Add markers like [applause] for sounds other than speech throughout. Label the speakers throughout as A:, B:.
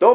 A: どう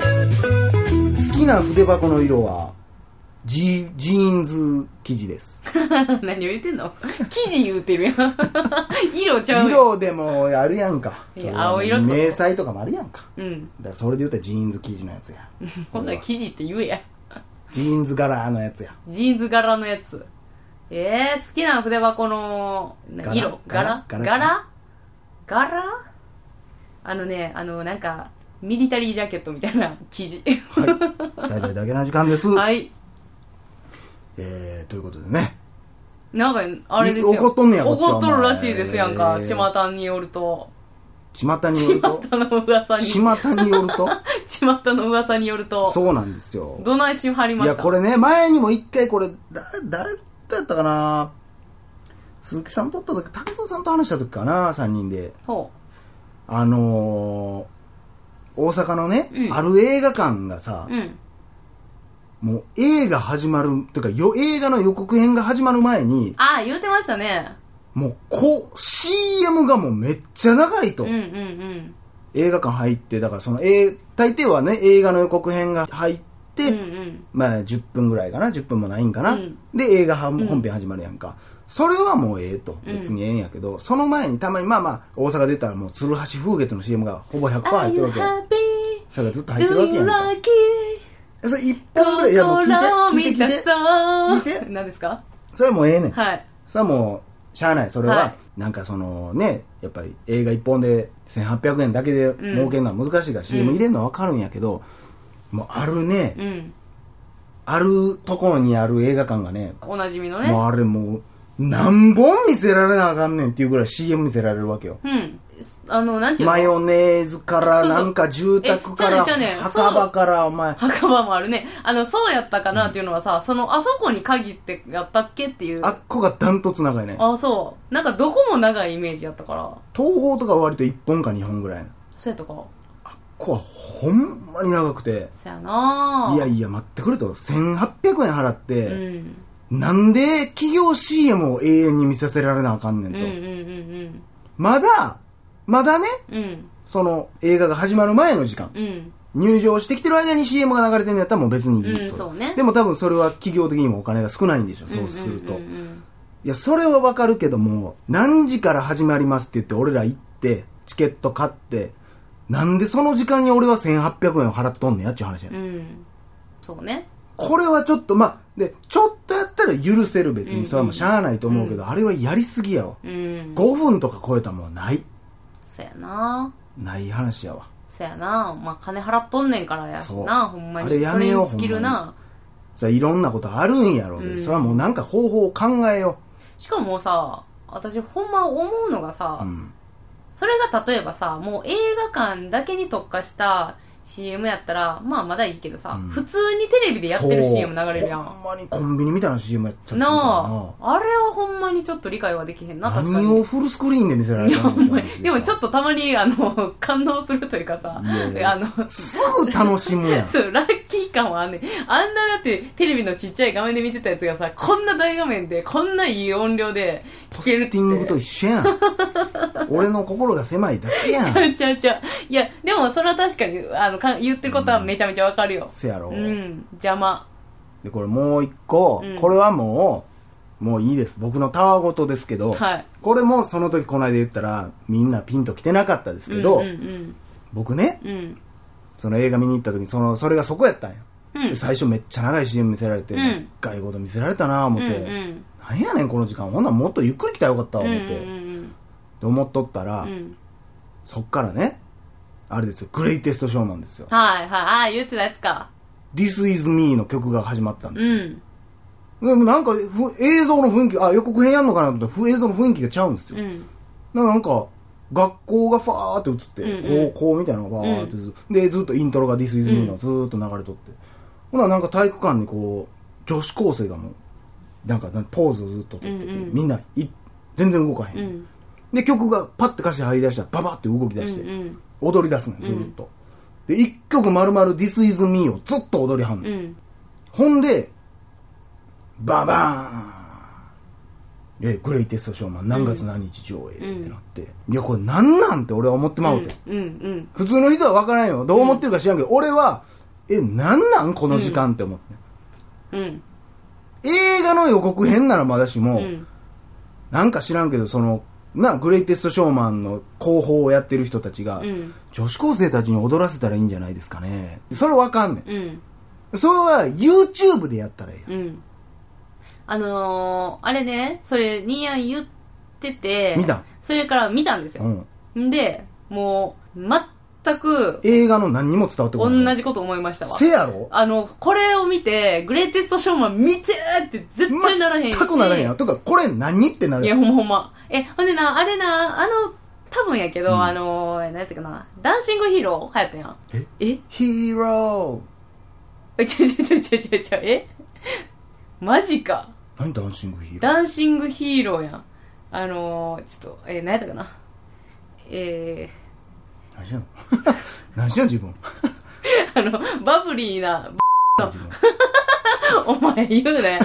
A: 好きな筆箱の色は、ジジーンズ生地です。
B: 何を言ってんの [laughs] 生地言うてるやん。 [laughs] 色ちゃうやん。
A: 色でもあるやんか。
B: いや青色とか
A: 迷彩とかもあるやんか。
B: うん。
A: だからそれで言ったらジーンズ生地のやつ
B: [laughs]
A: や。
B: ほんなら生地って言えや。
A: ジーンズ柄のやつや。
B: ジーンズ柄のやつ。えー、好きな筆箱の、な
A: 柄
B: 色柄
A: 柄
B: 柄
A: 柄
B: 柄あのね、あの、なんか、ミリタリージャケットみたいな
A: [laughs]
B: 生地。
A: はい。大体だけな時間です。
B: はい。
A: えー、ということでね。
B: なんか、あれですよ。
A: い怒っとんねやこっちは
B: 怒っとるらしいですやんか。
A: えー
B: 巷によると。
A: 巷によると、
B: 巷の噂に。
A: 巷による
B: [laughs]
A: と、
B: 巷の噂によると。
A: そうなんですよ。
B: どないしはり
A: い
B: ました
A: や、これね、前にも一回これ、だ、誰とやったかな鈴木さんとった時、竹蔵さんと話した時かな、3人で。
B: ほ
A: あのー、大阪のね、
B: うん
A: ある映画館がさ
B: う。、うん。
A: もう映画始まる、というかよ、映画の予告編が始まる前に、
B: ああ、言うてましたね。
A: もう、こう、CM がもうめっちゃ長いと。
B: うんうんうん。
A: 映画館入って、だからその、えー大抵はね、映画の予告編が入って、
B: うんうん。
A: まあ10分ぐらいかな、10分もないんかな。
B: うん
A: で、映画は本編始まるやんか。それはもうええと。
B: うん
A: 別にええんやけど、その前にたまに、まあまあ、大阪で言ったらもう、鶴橋風月の CM がほぼ100%入
B: Are
A: ってる
B: you
A: わけやん。
B: happy?
A: それがずっと入ってる
B: Do
A: わけや
B: you
A: んか。
B: like it?
A: それ1本ぐらい、いやもう聞いて、聞いて、聞いて。聞いて
B: [laughs] 何ですか
A: それはもうええねん。
B: はい。
A: それはもう、しゃあない。それは、
B: はい
A: なんかそのね、やっぱり映画1本で1800円だけで儲けるのは難しいから、CM 入れるのはわかるんやけど、もうあるね、
B: うん。
A: あるところにある映画館がね、
B: おなじみの
A: もう
B: ね。
A: あれもう、何本見せられなあかんねんっていうぐらい CM 見せられるわけよ。
B: うん。あの、なんていう
A: マ
B: の
A: ヨネーズから、
B: そうそう
A: なんか住宅から、
B: えちゃうねんちゃうねんそう
A: 墓場から、お前、
B: 墓場もあるね。あの、そうやったかなっていうのはさ、その、あそこに限ってやったっけっていう。
A: あっこがダントツ長いねん。
B: あ、そう。なんかどこも長いイメージやったから。
A: 東宝とかは割と1本か2本ぐらい。
B: そうやったか。
A: あっこはほんまに長くて。
B: そやないい
A: やいや、待ってくれと。1800円払っ
B: う
A: て、
B: ん。
A: なんで企業 CM を永遠に見させられなあかんね
B: うんん
A: と。
B: うんうん
A: まだ、まだね、
B: うん。うん。
A: その映画が始まる前の時間。
B: うん。
A: 入場してきてる間に CM が流れてるんやったらもう別にいい
B: うんそうね
A: でも多分それは企業的にもお金が少ないんでしょ、そうすると。
B: んんうんうん
A: いや、それはわかるけども、何時から始まりますって言って俺ら行って、チケット買って、なんでその時間に俺は1800円を払っとんねやっていう話やねん
B: うん。そうね。
A: これはちょっと、まあ、で、ちょっとやったら許せる別
B: うんう
A: に、
B: ん
A: それはもうしゃあないと思うけど、あれはやりすぎやわ。
B: うん。
A: 5分とか超えたもんはない。
B: そやな
A: ない話やわ。
B: そやなまあ、金払っとんねんからやしな
A: そう
B: ほんまに。
A: あれやめよう
B: それに尽きる
A: ほん
B: な
A: それはいろんなことあるんやろうけど、
B: うん
A: それはもうなんか方法を考えよ
B: しかもさ、私ほんま思うのがさ、
A: う。うん。
B: それが例えばさ、もう映画館だけに特化した CM やったら、まあまだいいけどさ、
A: うん
B: 普通にテレビでやってる
A: そう
B: CM 流れるや
A: ほ
B: ん。
A: んまにコンビニみたいな CM やっちゃってる
B: な
A: から
B: あ、あれはほんまにちょっと理解はできへんな、
A: な
B: 確かに。
A: 何をフルスクリーンで見せられ
B: い
A: た
B: や、
A: の
B: ほんまに。でもちょ
A: っ
B: っとたまに、あの、 [laughs] 感動するというかさ、
A: いやいや
B: あの、
A: と。すぐ楽しむやん。
B: そう、ラッキー感はあんねん。あんなだって、テレビのちっちゃい画面で見てたやつがさ、こんな大画面で、こんないい音量で
A: ポ
B: [laughs] 聞
A: ス
B: けるっ
A: テ
B: て。
A: ィングと一緒やん。俺の心が狭いだけやん。
B: [laughs] ちゃうちゃうちゃう。いや、でもそれは確かに、あの、か言ってることはめちゃめちゃわかるよ。
A: せやろ。
B: うん、邪魔。
A: で、これもう一個、
B: うん
A: これはもう、もういいです。僕のタワごとですけど、
B: はい。
A: これもその時この間言ったら、みんなピンと来てなかったですけど、
B: うんうん
A: 僕ね、
B: うん。うん。
A: その映画見に行った時に、その、それがそこやったんや。
B: う
A: で
B: ん。
A: 最初めっちゃ長い CM 見せられて、
B: うん
A: 外語で見せられたなぁ思って、
B: うんうん
A: なんやねんこの時間、ほんなんもっとゆっくり来たらよかったわ思って、
B: うんうんうん
A: で思っとったら、
B: うんうん。
A: そっからね、あれですよ、グレイテストショーマンですよ。
B: はいはい、ああ、言ってたやつか。
A: This is me の曲が始まったんです
B: うん。
A: でもなんかふ映像の雰囲気あ予告編やんのかなと思ったらふ映像の雰囲気がちゃうんですよ、
B: うん。
A: ななんか学校がファーって映って、
B: うんうん
A: 高校みたいなのがファーって映って、でずっとイントロが「This is me」のずーっと流れとって、ほななんか体育館にこう女子高生がもうなんかなんポーズをずっととってて、
B: うんうん
A: みんない全然動かへん、
B: うん。
A: で曲がパッて歌詞入り出したらババって動き
B: うん。
A: 出
B: う
A: して、
B: ん。
A: 踊り出すねんずーっと、で一曲丸々「This is me」をずっと踊りはんねん
B: うん。
A: ほんで、ババーンえ、グレイテストショーマン何月何日上映ってなって、いや、これなんなんて俺は思ってまうて。
B: うん。うん。
A: 普通の人は分からんよ。どう思ってるか知らんけど、俺は、え、なんなんこの時間って思って。
B: うん。
A: 映画の予告編ならまだしも、
B: うん。
A: なんか知らんけど、その、な、グレイテストショーマンの広報をやってる人たちが、
B: うん。
A: 女子高生たちに踊らせたらいいんじゃないですかね。それわかんね
B: うん。
A: ん。それは YouTube でやったらいいやん。
B: うん。あのー、あれね、それ、ニーヤン言ってて、
A: 見た
B: それから見たんですよ。
A: うん。
B: んで、もう、全く、
A: 映画の何にも伝わってこない。
B: 同じこと思いましたわ。
A: せやろ
B: あの、これを見て、グレイテストショーマン見てーって絶対ならへんし。
A: 全くならへんやん。とか、これ何ってないるや
B: や、
A: ん。
B: ほんまほんま。え、ほんでな、あれな、あの、多分やけど、
A: うん
B: あの、何やったかな、ダンシングヒーロー流行ったやん。
A: え
B: え
A: ヒーロ
B: えちょちょちょちょちょちょ、えマジか。
A: ー。何ダンシングヒーロー
B: ダンシングヒーローやん。あの、ちょっと、え、何やったかな。え
A: 何しやんの [laughs] 何しやん自分。
B: ー、 [laughs] あの、バブリーな、
A: 自分
B: お前
A: [laughs]
B: 言うね。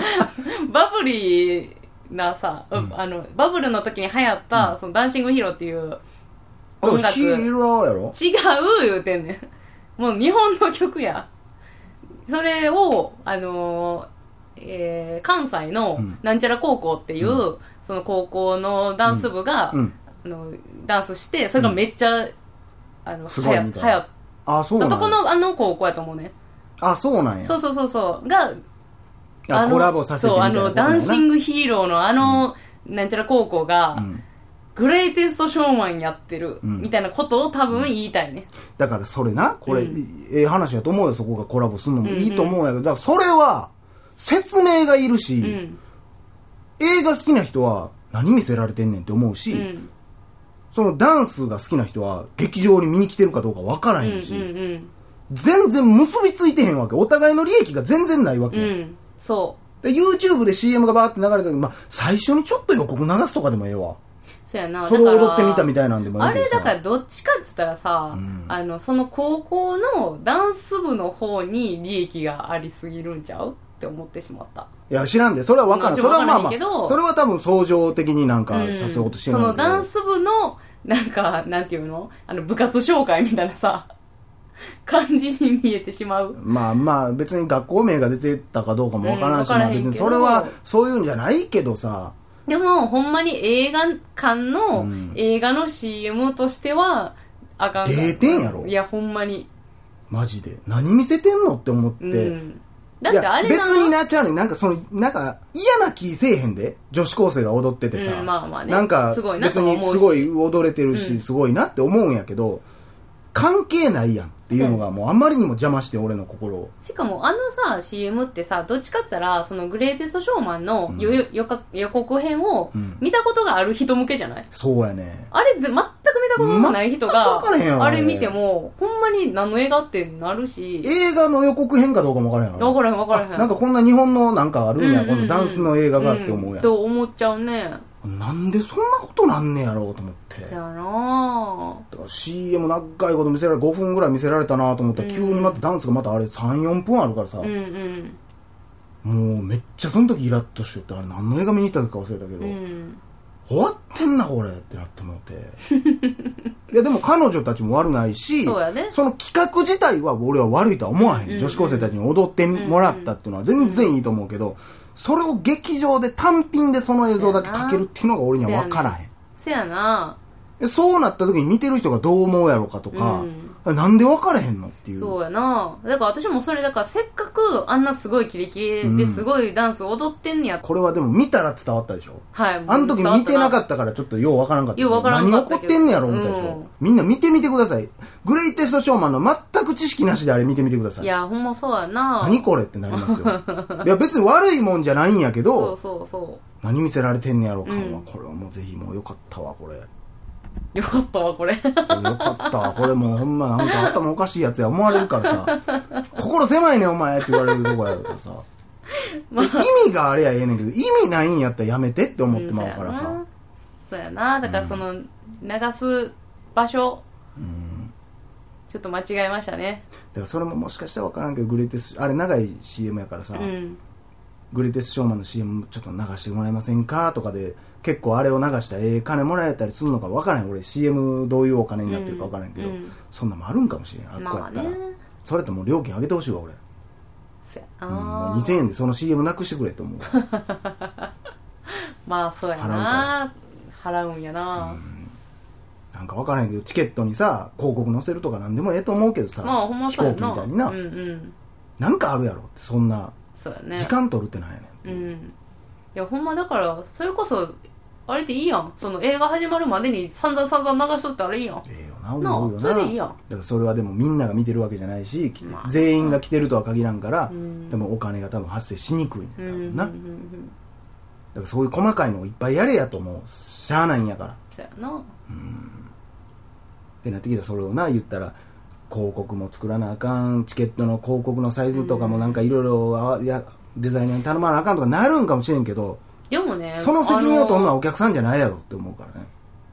B: バブリーなさ、
A: うん
B: あの、バブルの時に流行った、そのダンシングヒーローっていう音楽。
A: ヒーローやろ
B: 違う言うてんねん。もう日本の曲や。それを、あのーえー関西の
A: うん
B: なんちゃら高校っていう、その高校のダンス部が、
A: うん。
B: あのダンスして、それがめっちゃ、あの、
A: す
B: 流
A: ごい
B: 行
A: み
B: 流
A: たいな
B: 行っ
A: あ、そうな
B: た
A: ん
B: とこ
A: や。
B: の、あの高校やと思うね。
A: あ、そうなんや
B: そ。うそうそうそう。が、あ
A: あ
B: の
A: コラボさせてみたいな
B: そ
A: こ
B: う、あ
A: と
B: の、
A: や
B: ダ
A: な。
B: ンシングヒーローのあの、なんちゃら高校が、
A: うん。
B: グレイテストショーマンやってる、
A: うん
B: みたいなことを多分言いたいね。
A: だからそれな、これ、
B: うん
A: いええ話やと思うよ、そこがコラボするのもいいと思うんやけど、だからそれは、説明がいるし、
B: うん。
A: 映画好きな人は、何見せられてんねんって思うし、
B: うん。
A: そのダンスが好きな人は、劇場に見に来てるかどうかわから
B: うん。う
A: へんし、
B: ん。
A: 全然結びついてへんわけ。お互いの利益が全然ないわけ
B: うん。う
A: や。
B: ん。そう。
A: で YouTube で CM がバーって流れたけど、まあ、最初にちょっと予告流すとかでもええわ。
B: そうやな。
A: それを
B: だから
A: 踊ってみたみたいなんでもえ
B: あ
A: えけど
B: れ
A: さ
B: だからどっちかっつったらさ、
A: うん
B: あの、その高校のダンス部の方に利益がありすぎるんちゃうって思ってしまった。
A: いや、知らんで。それはわからん。
B: も
A: そ
B: ちろ
A: れは
B: ん
A: まあ
B: わ
A: ま
B: からんけど
A: あ、それは多分、相乗的になんか
B: う
A: さ
B: ん
A: せようとしてる
B: そ
A: んだ
B: の
A: けど
B: ダンス部の、なんか、なんていうのあの、部活紹介みたいなさ、 [laughs] 感じに見えてしまう。
A: まあまあ、別に学校名が出てたかどうかもわからんし、
B: うんわか
A: ま
B: らへ
A: あ
B: んけ
A: 別
B: ど
A: にそれは、そういうんじゃないけどさ、
B: でも、ほんまに映画館の、
A: うん
B: 映画の CM としては、あかんかった。
A: 0点やろ
B: いや、ほんまに。
A: マジで。何見せてんのって思って。
B: うん。だってあれ
A: いや別になっちゃうねんなんかその、なんか嫌な気せえへんで。女子高生が踊っててさ。
B: うんまあまあね
A: なんか、
B: すごいな
A: 別
B: とも思うし
A: にすごい踊れてる
B: うん
A: し、すごいなって思うんやけど、関係ないやんっていうのがもうあまりにも邪魔して俺の心を。
B: しかもあのさ、CM ってさ、どっちかって言ったら、そのグレイテストショーマンの予,、
A: う
B: 予告予告編を
A: うん
B: 見たことがある人向けじゃない
A: そうやね。
B: あれぜ、全く見たことのない人
A: 全く分からへんや
B: が、
A: ろ
B: あれ見ても、ほんまに何の映画ってなるし、
A: 映画の予告編かどうかもわからへんやろ
B: わからへんわからへん。
A: あなんかこんな日本のなんかあるんや、
B: うんうんうん
A: このダンスの映画がって思うやん
B: と思っちゃうね。
A: なんでそんなことなんねやろうと思って。
B: そやな
A: だから CM 長いこと見せられ、5分ぐらい見せられたなと思ったら、急にまたダンスがまたあれ3、4分あるからさ。
B: ぁうんうん。
A: もうめっちゃその時イラッとしちゃってあれ何の映画見に行ったか忘れたけど、
B: うん。
A: 終わってんなこれってなって思って [laughs] いやでも彼女たちも悪ないし
B: そうやね
A: その企画自体は俺は悪いとは思わへん、
B: うんうん
A: 女子高生たちに踊ってもらったっていうのは全然いいと思うけど、それを劇場で単品でその映像だけかけるっていうのが俺には分からへん
B: せやな
A: でそうなった時に見てる人がどう思うやろかとか、なんで分からへんのっていう
B: そうやなだから私もそれ、だからせっかくあんなすごいキレキレで
A: うん
B: すごいダンス踊ってんねや。
A: これはでも見たら伝わったでしょ
B: はい。
A: あの時見てなか
B: っ
A: ったからちょっとようわからんかった。
B: ようわからんかったけ
A: 何
B: ど
A: 起こってんねやろみたいな、
B: うん
A: みんな見てみてください。グレイテストショーマンの全全く知識なしであれ見てみてくださ
B: い
A: い。
B: や、ほんまそうやな。
A: 何これってなりますよ。
B: [laughs]
A: いや、別に悪いもんじゃないんやけ
B: そ
A: ど
B: う、そうそ
A: 何見せられてんねやろう感は、
B: うん
A: これはもうぜひもうよかったわ、これ。
B: う。よかったわ、これ。
A: これよかったわ、これもうほんまなんか頭おかしいやつや思われるから
B: [laughs]
A: さ、心狭いねんお前って言われるとこやからさ。
B: まあ
A: 意味があれやええねんけど、意味ないんやったらやめてって思ってまうからさ。
B: [laughs] そうやな。だからその、流す場所、
A: うん。
B: ちょっと間違えましたね。
A: だからそれももしかしたらわからんけど、グレイテス、あれ長い CM やからさ、
B: うん。
A: グレイテスショーマンの CM ちょっと流してもらえませんかとかで、結構あれを流したらええ金もらえたりするのかわからん。俺 CM どういうお金になってるかわからんけど、
B: うんうん
A: そんなんもあるんかもしれん。あっこや
B: まあ
A: った
B: ね
A: ら。。それともう料金上げてほしいわ、俺。
B: そうや
A: うん、も
B: あ
A: う
B: ー
A: 2000円でその CM なくしてくれと思う。
B: まあそうやな。払うんやな。
A: なんかわからへんけど、チケットにさ、広告載せるとかなんでもええと思うけどさ、
B: まあほんま
A: 飛
B: そう
A: 行
B: や
A: 機
B: な。
A: みたいにな、
B: うんうん。
A: なんかあるやろって、そんな、
B: そうやね。
A: 時間取るってなんやねん。
B: うん。いや、ほんまだから、それこそ、あれでいいやん。その映画始まるまでに散々散々流しとってあれいいやん。
A: ええよな、思うよな。
B: なあそれでいいやん
A: だからそれはでもみんなが見てるわけじゃないし、来て
B: まあ
A: 全員が来てるとは限らんから、
B: うん
A: でもお金が多分発生しにくいんだろ
B: うんうんう
A: うんな。
B: う
A: だ
B: ん。
A: からそういう細かいのをいっぱいやれやともう、しゃあないんやから。っ
B: そうやな。
A: てなってきたらそれをな、言ったら、広告も作らなあかん、チケットの広告のサイズとかもなんかいろいろあわいや、デザイナーに頼まなあかんとかなるんかもしれんけど、
B: でもね、
A: その責任を取るの
B: あ
A: はお客さんじゃないやろって思うからね。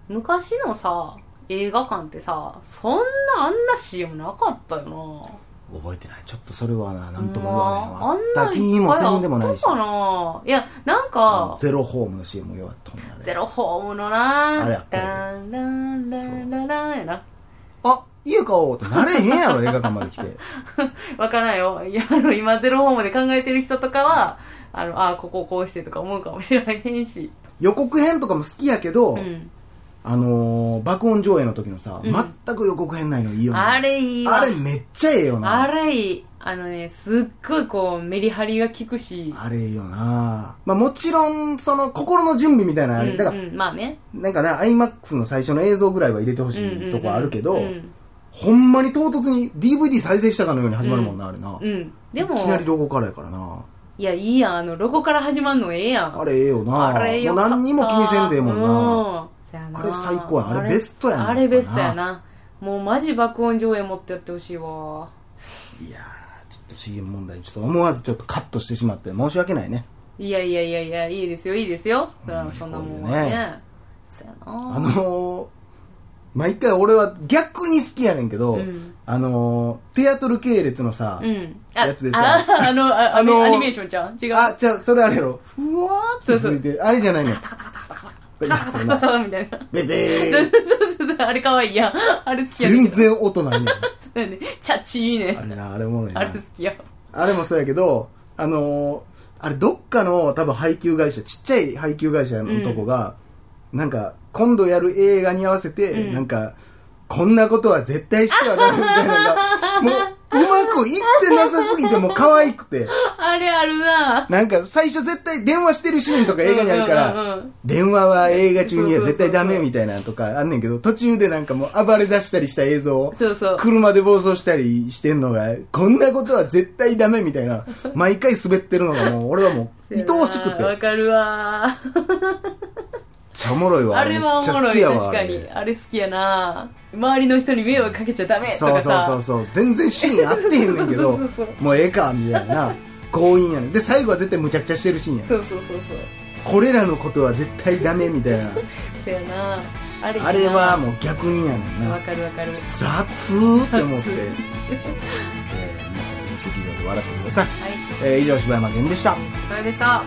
B: 昔のさ、映画館ってさ、そんなあんな CM なかったよ
A: 覚えてない。ちょっとそれはな、な
B: な。
A: んとも言われへん
B: まあ
A: わ。
B: あ
A: あ
B: んな
A: った
B: いっ
A: 気
B: ぱ
A: もせんでもない
B: あっ。
A: した
B: かないや、なんか、
A: ゼロホームの CM も弱っとんだね。
B: ゼロホームのな
A: あれやっぱり
B: ランランランランランやな。
A: あ、家買おうってなれへんやろ、映画館まで来て。
B: [laughs] わからんよ。いや、あの、今ゼロホームで考えてる人とかは、あの、あーここをこうしてとか思うかもしれへんし。
A: 予告編とかも好きやけど、
B: うん。
A: あのー、爆音上映の時のさ、
B: うん
A: 全く予告編ないのいいよな。
B: あれいいわ。
A: あれめっちゃええよな。
B: あれいい。あのね、すっごいこう、メリハリが効くし。
A: あれいいよな。まあもちろん、その、心の準備みたいなのあ
B: う
A: れ、
B: ん、
A: だ
B: う
A: から、
B: ん、まあね。
A: なんかね、IMAX の最初の映像ぐらいは入れてほ
B: うんうん
A: し
B: う
A: い
B: ん
A: とこあるけど、
B: うん。
A: ほんまに唐突に DVD 再生したかのように始まるもんな、あれな。
B: うんでも
A: いき、なりロゴからやからな。
B: いや、いいやん。あの、ロゴから始まるのええやん。
A: あれええよな。
B: あれよ
A: も
B: か
A: う
B: った
A: 何にも気にせんでええもんな。
B: うんそやな
A: あれ最高やんあれベストやな
B: あれベストやな。もうマジ爆音上映持ってやってほしいわ。
A: いやー、ちょっと CM 問題、ちょっと思わずちょっとカットしてしまって申し訳ないね。
B: いやいやいやいや、いいですよ、いいですよ。それはそんなもんは
A: うんそうだ
B: ね。そや
A: あ
B: な。
A: のー、毎回俺は逆に好きやねんけど、
B: うん
A: あのー、テアトル系列のさ、
B: うん。
A: やつでさ
B: あ、ああの、あ
A: あ
B: あ
A: のー
B: の、アニメーションちゃん違う。
A: あ、じゃあそれあれやろ。ふわーって
B: そうそう
A: 吹いてる、あれじゃないね
B: [laughs]
A: ん。いやこれな
B: みたいな。
A: ベベー。
B: あれ可愛いやん。あれ好きやねん
A: 全
B: けど。
A: 然音ないねん。
B: そうやね。チャッチーいい
A: あ
B: ね。
A: れな、あれおもろいな。
B: あれ好きや。
A: あれもそうやけど、あのーあれどっかの多分配給会社、ちっちゃい配給会社のとこが、なんか、今度やる映画に合わせて、
B: うん
A: なんか、こんなことは絶対してはダメみたいな
B: [laughs]
A: のが、もう、うまくいってなさすぎて、もう可愛くて、
B: あれあるな。
A: なんか最初絶対電話してるシーンとか映画にあるから、
B: うんうんうんうん
A: 電話は映画中には絶対ダメみたいなのとかあんねんけど、途中でなんかもう暴れ出したりした映像を、
B: そうそう。
A: 車で暴走したりしてんのが、こんなことは絶対ダメみたいな、毎回滑ってるのが
B: [laughs]
A: もう、俺はもう、愛おしくて、め
B: わ
A: っ
B: かるわ。
A: ちゃおもろいわ。
B: あれは
A: め
B: お
A: っちゃ
B: もろ
A: 好き
B: い、
A: やわ
B: 確か
A: あ
B: に。
A: れ
B: あれ好きやな。周りの人に迷惑かけちゃダメと
A: そうそう
B: か
A: そ
B: さ
A: う。そう。全然シーン合ってへんねんけど
B: そうそうそう、
A: もうええか、みたいな。強引やねん。で、最後は絶対むちゃくちゃしてるシーンやねん。
B: そうそうそうそう。
A: これらのことは絶対ダメみたいな。
B: [laughs] そやな。あれいいな
A: あれはもう逆にやねん
B: わ
A: な。
B: かるわかる。
A: 雑ーって思って。
B: 雑
A: えー皆さんぜひ劇場で笑ってください。
B: はい、
A: えー以上、柴山健でした。
B: それでした。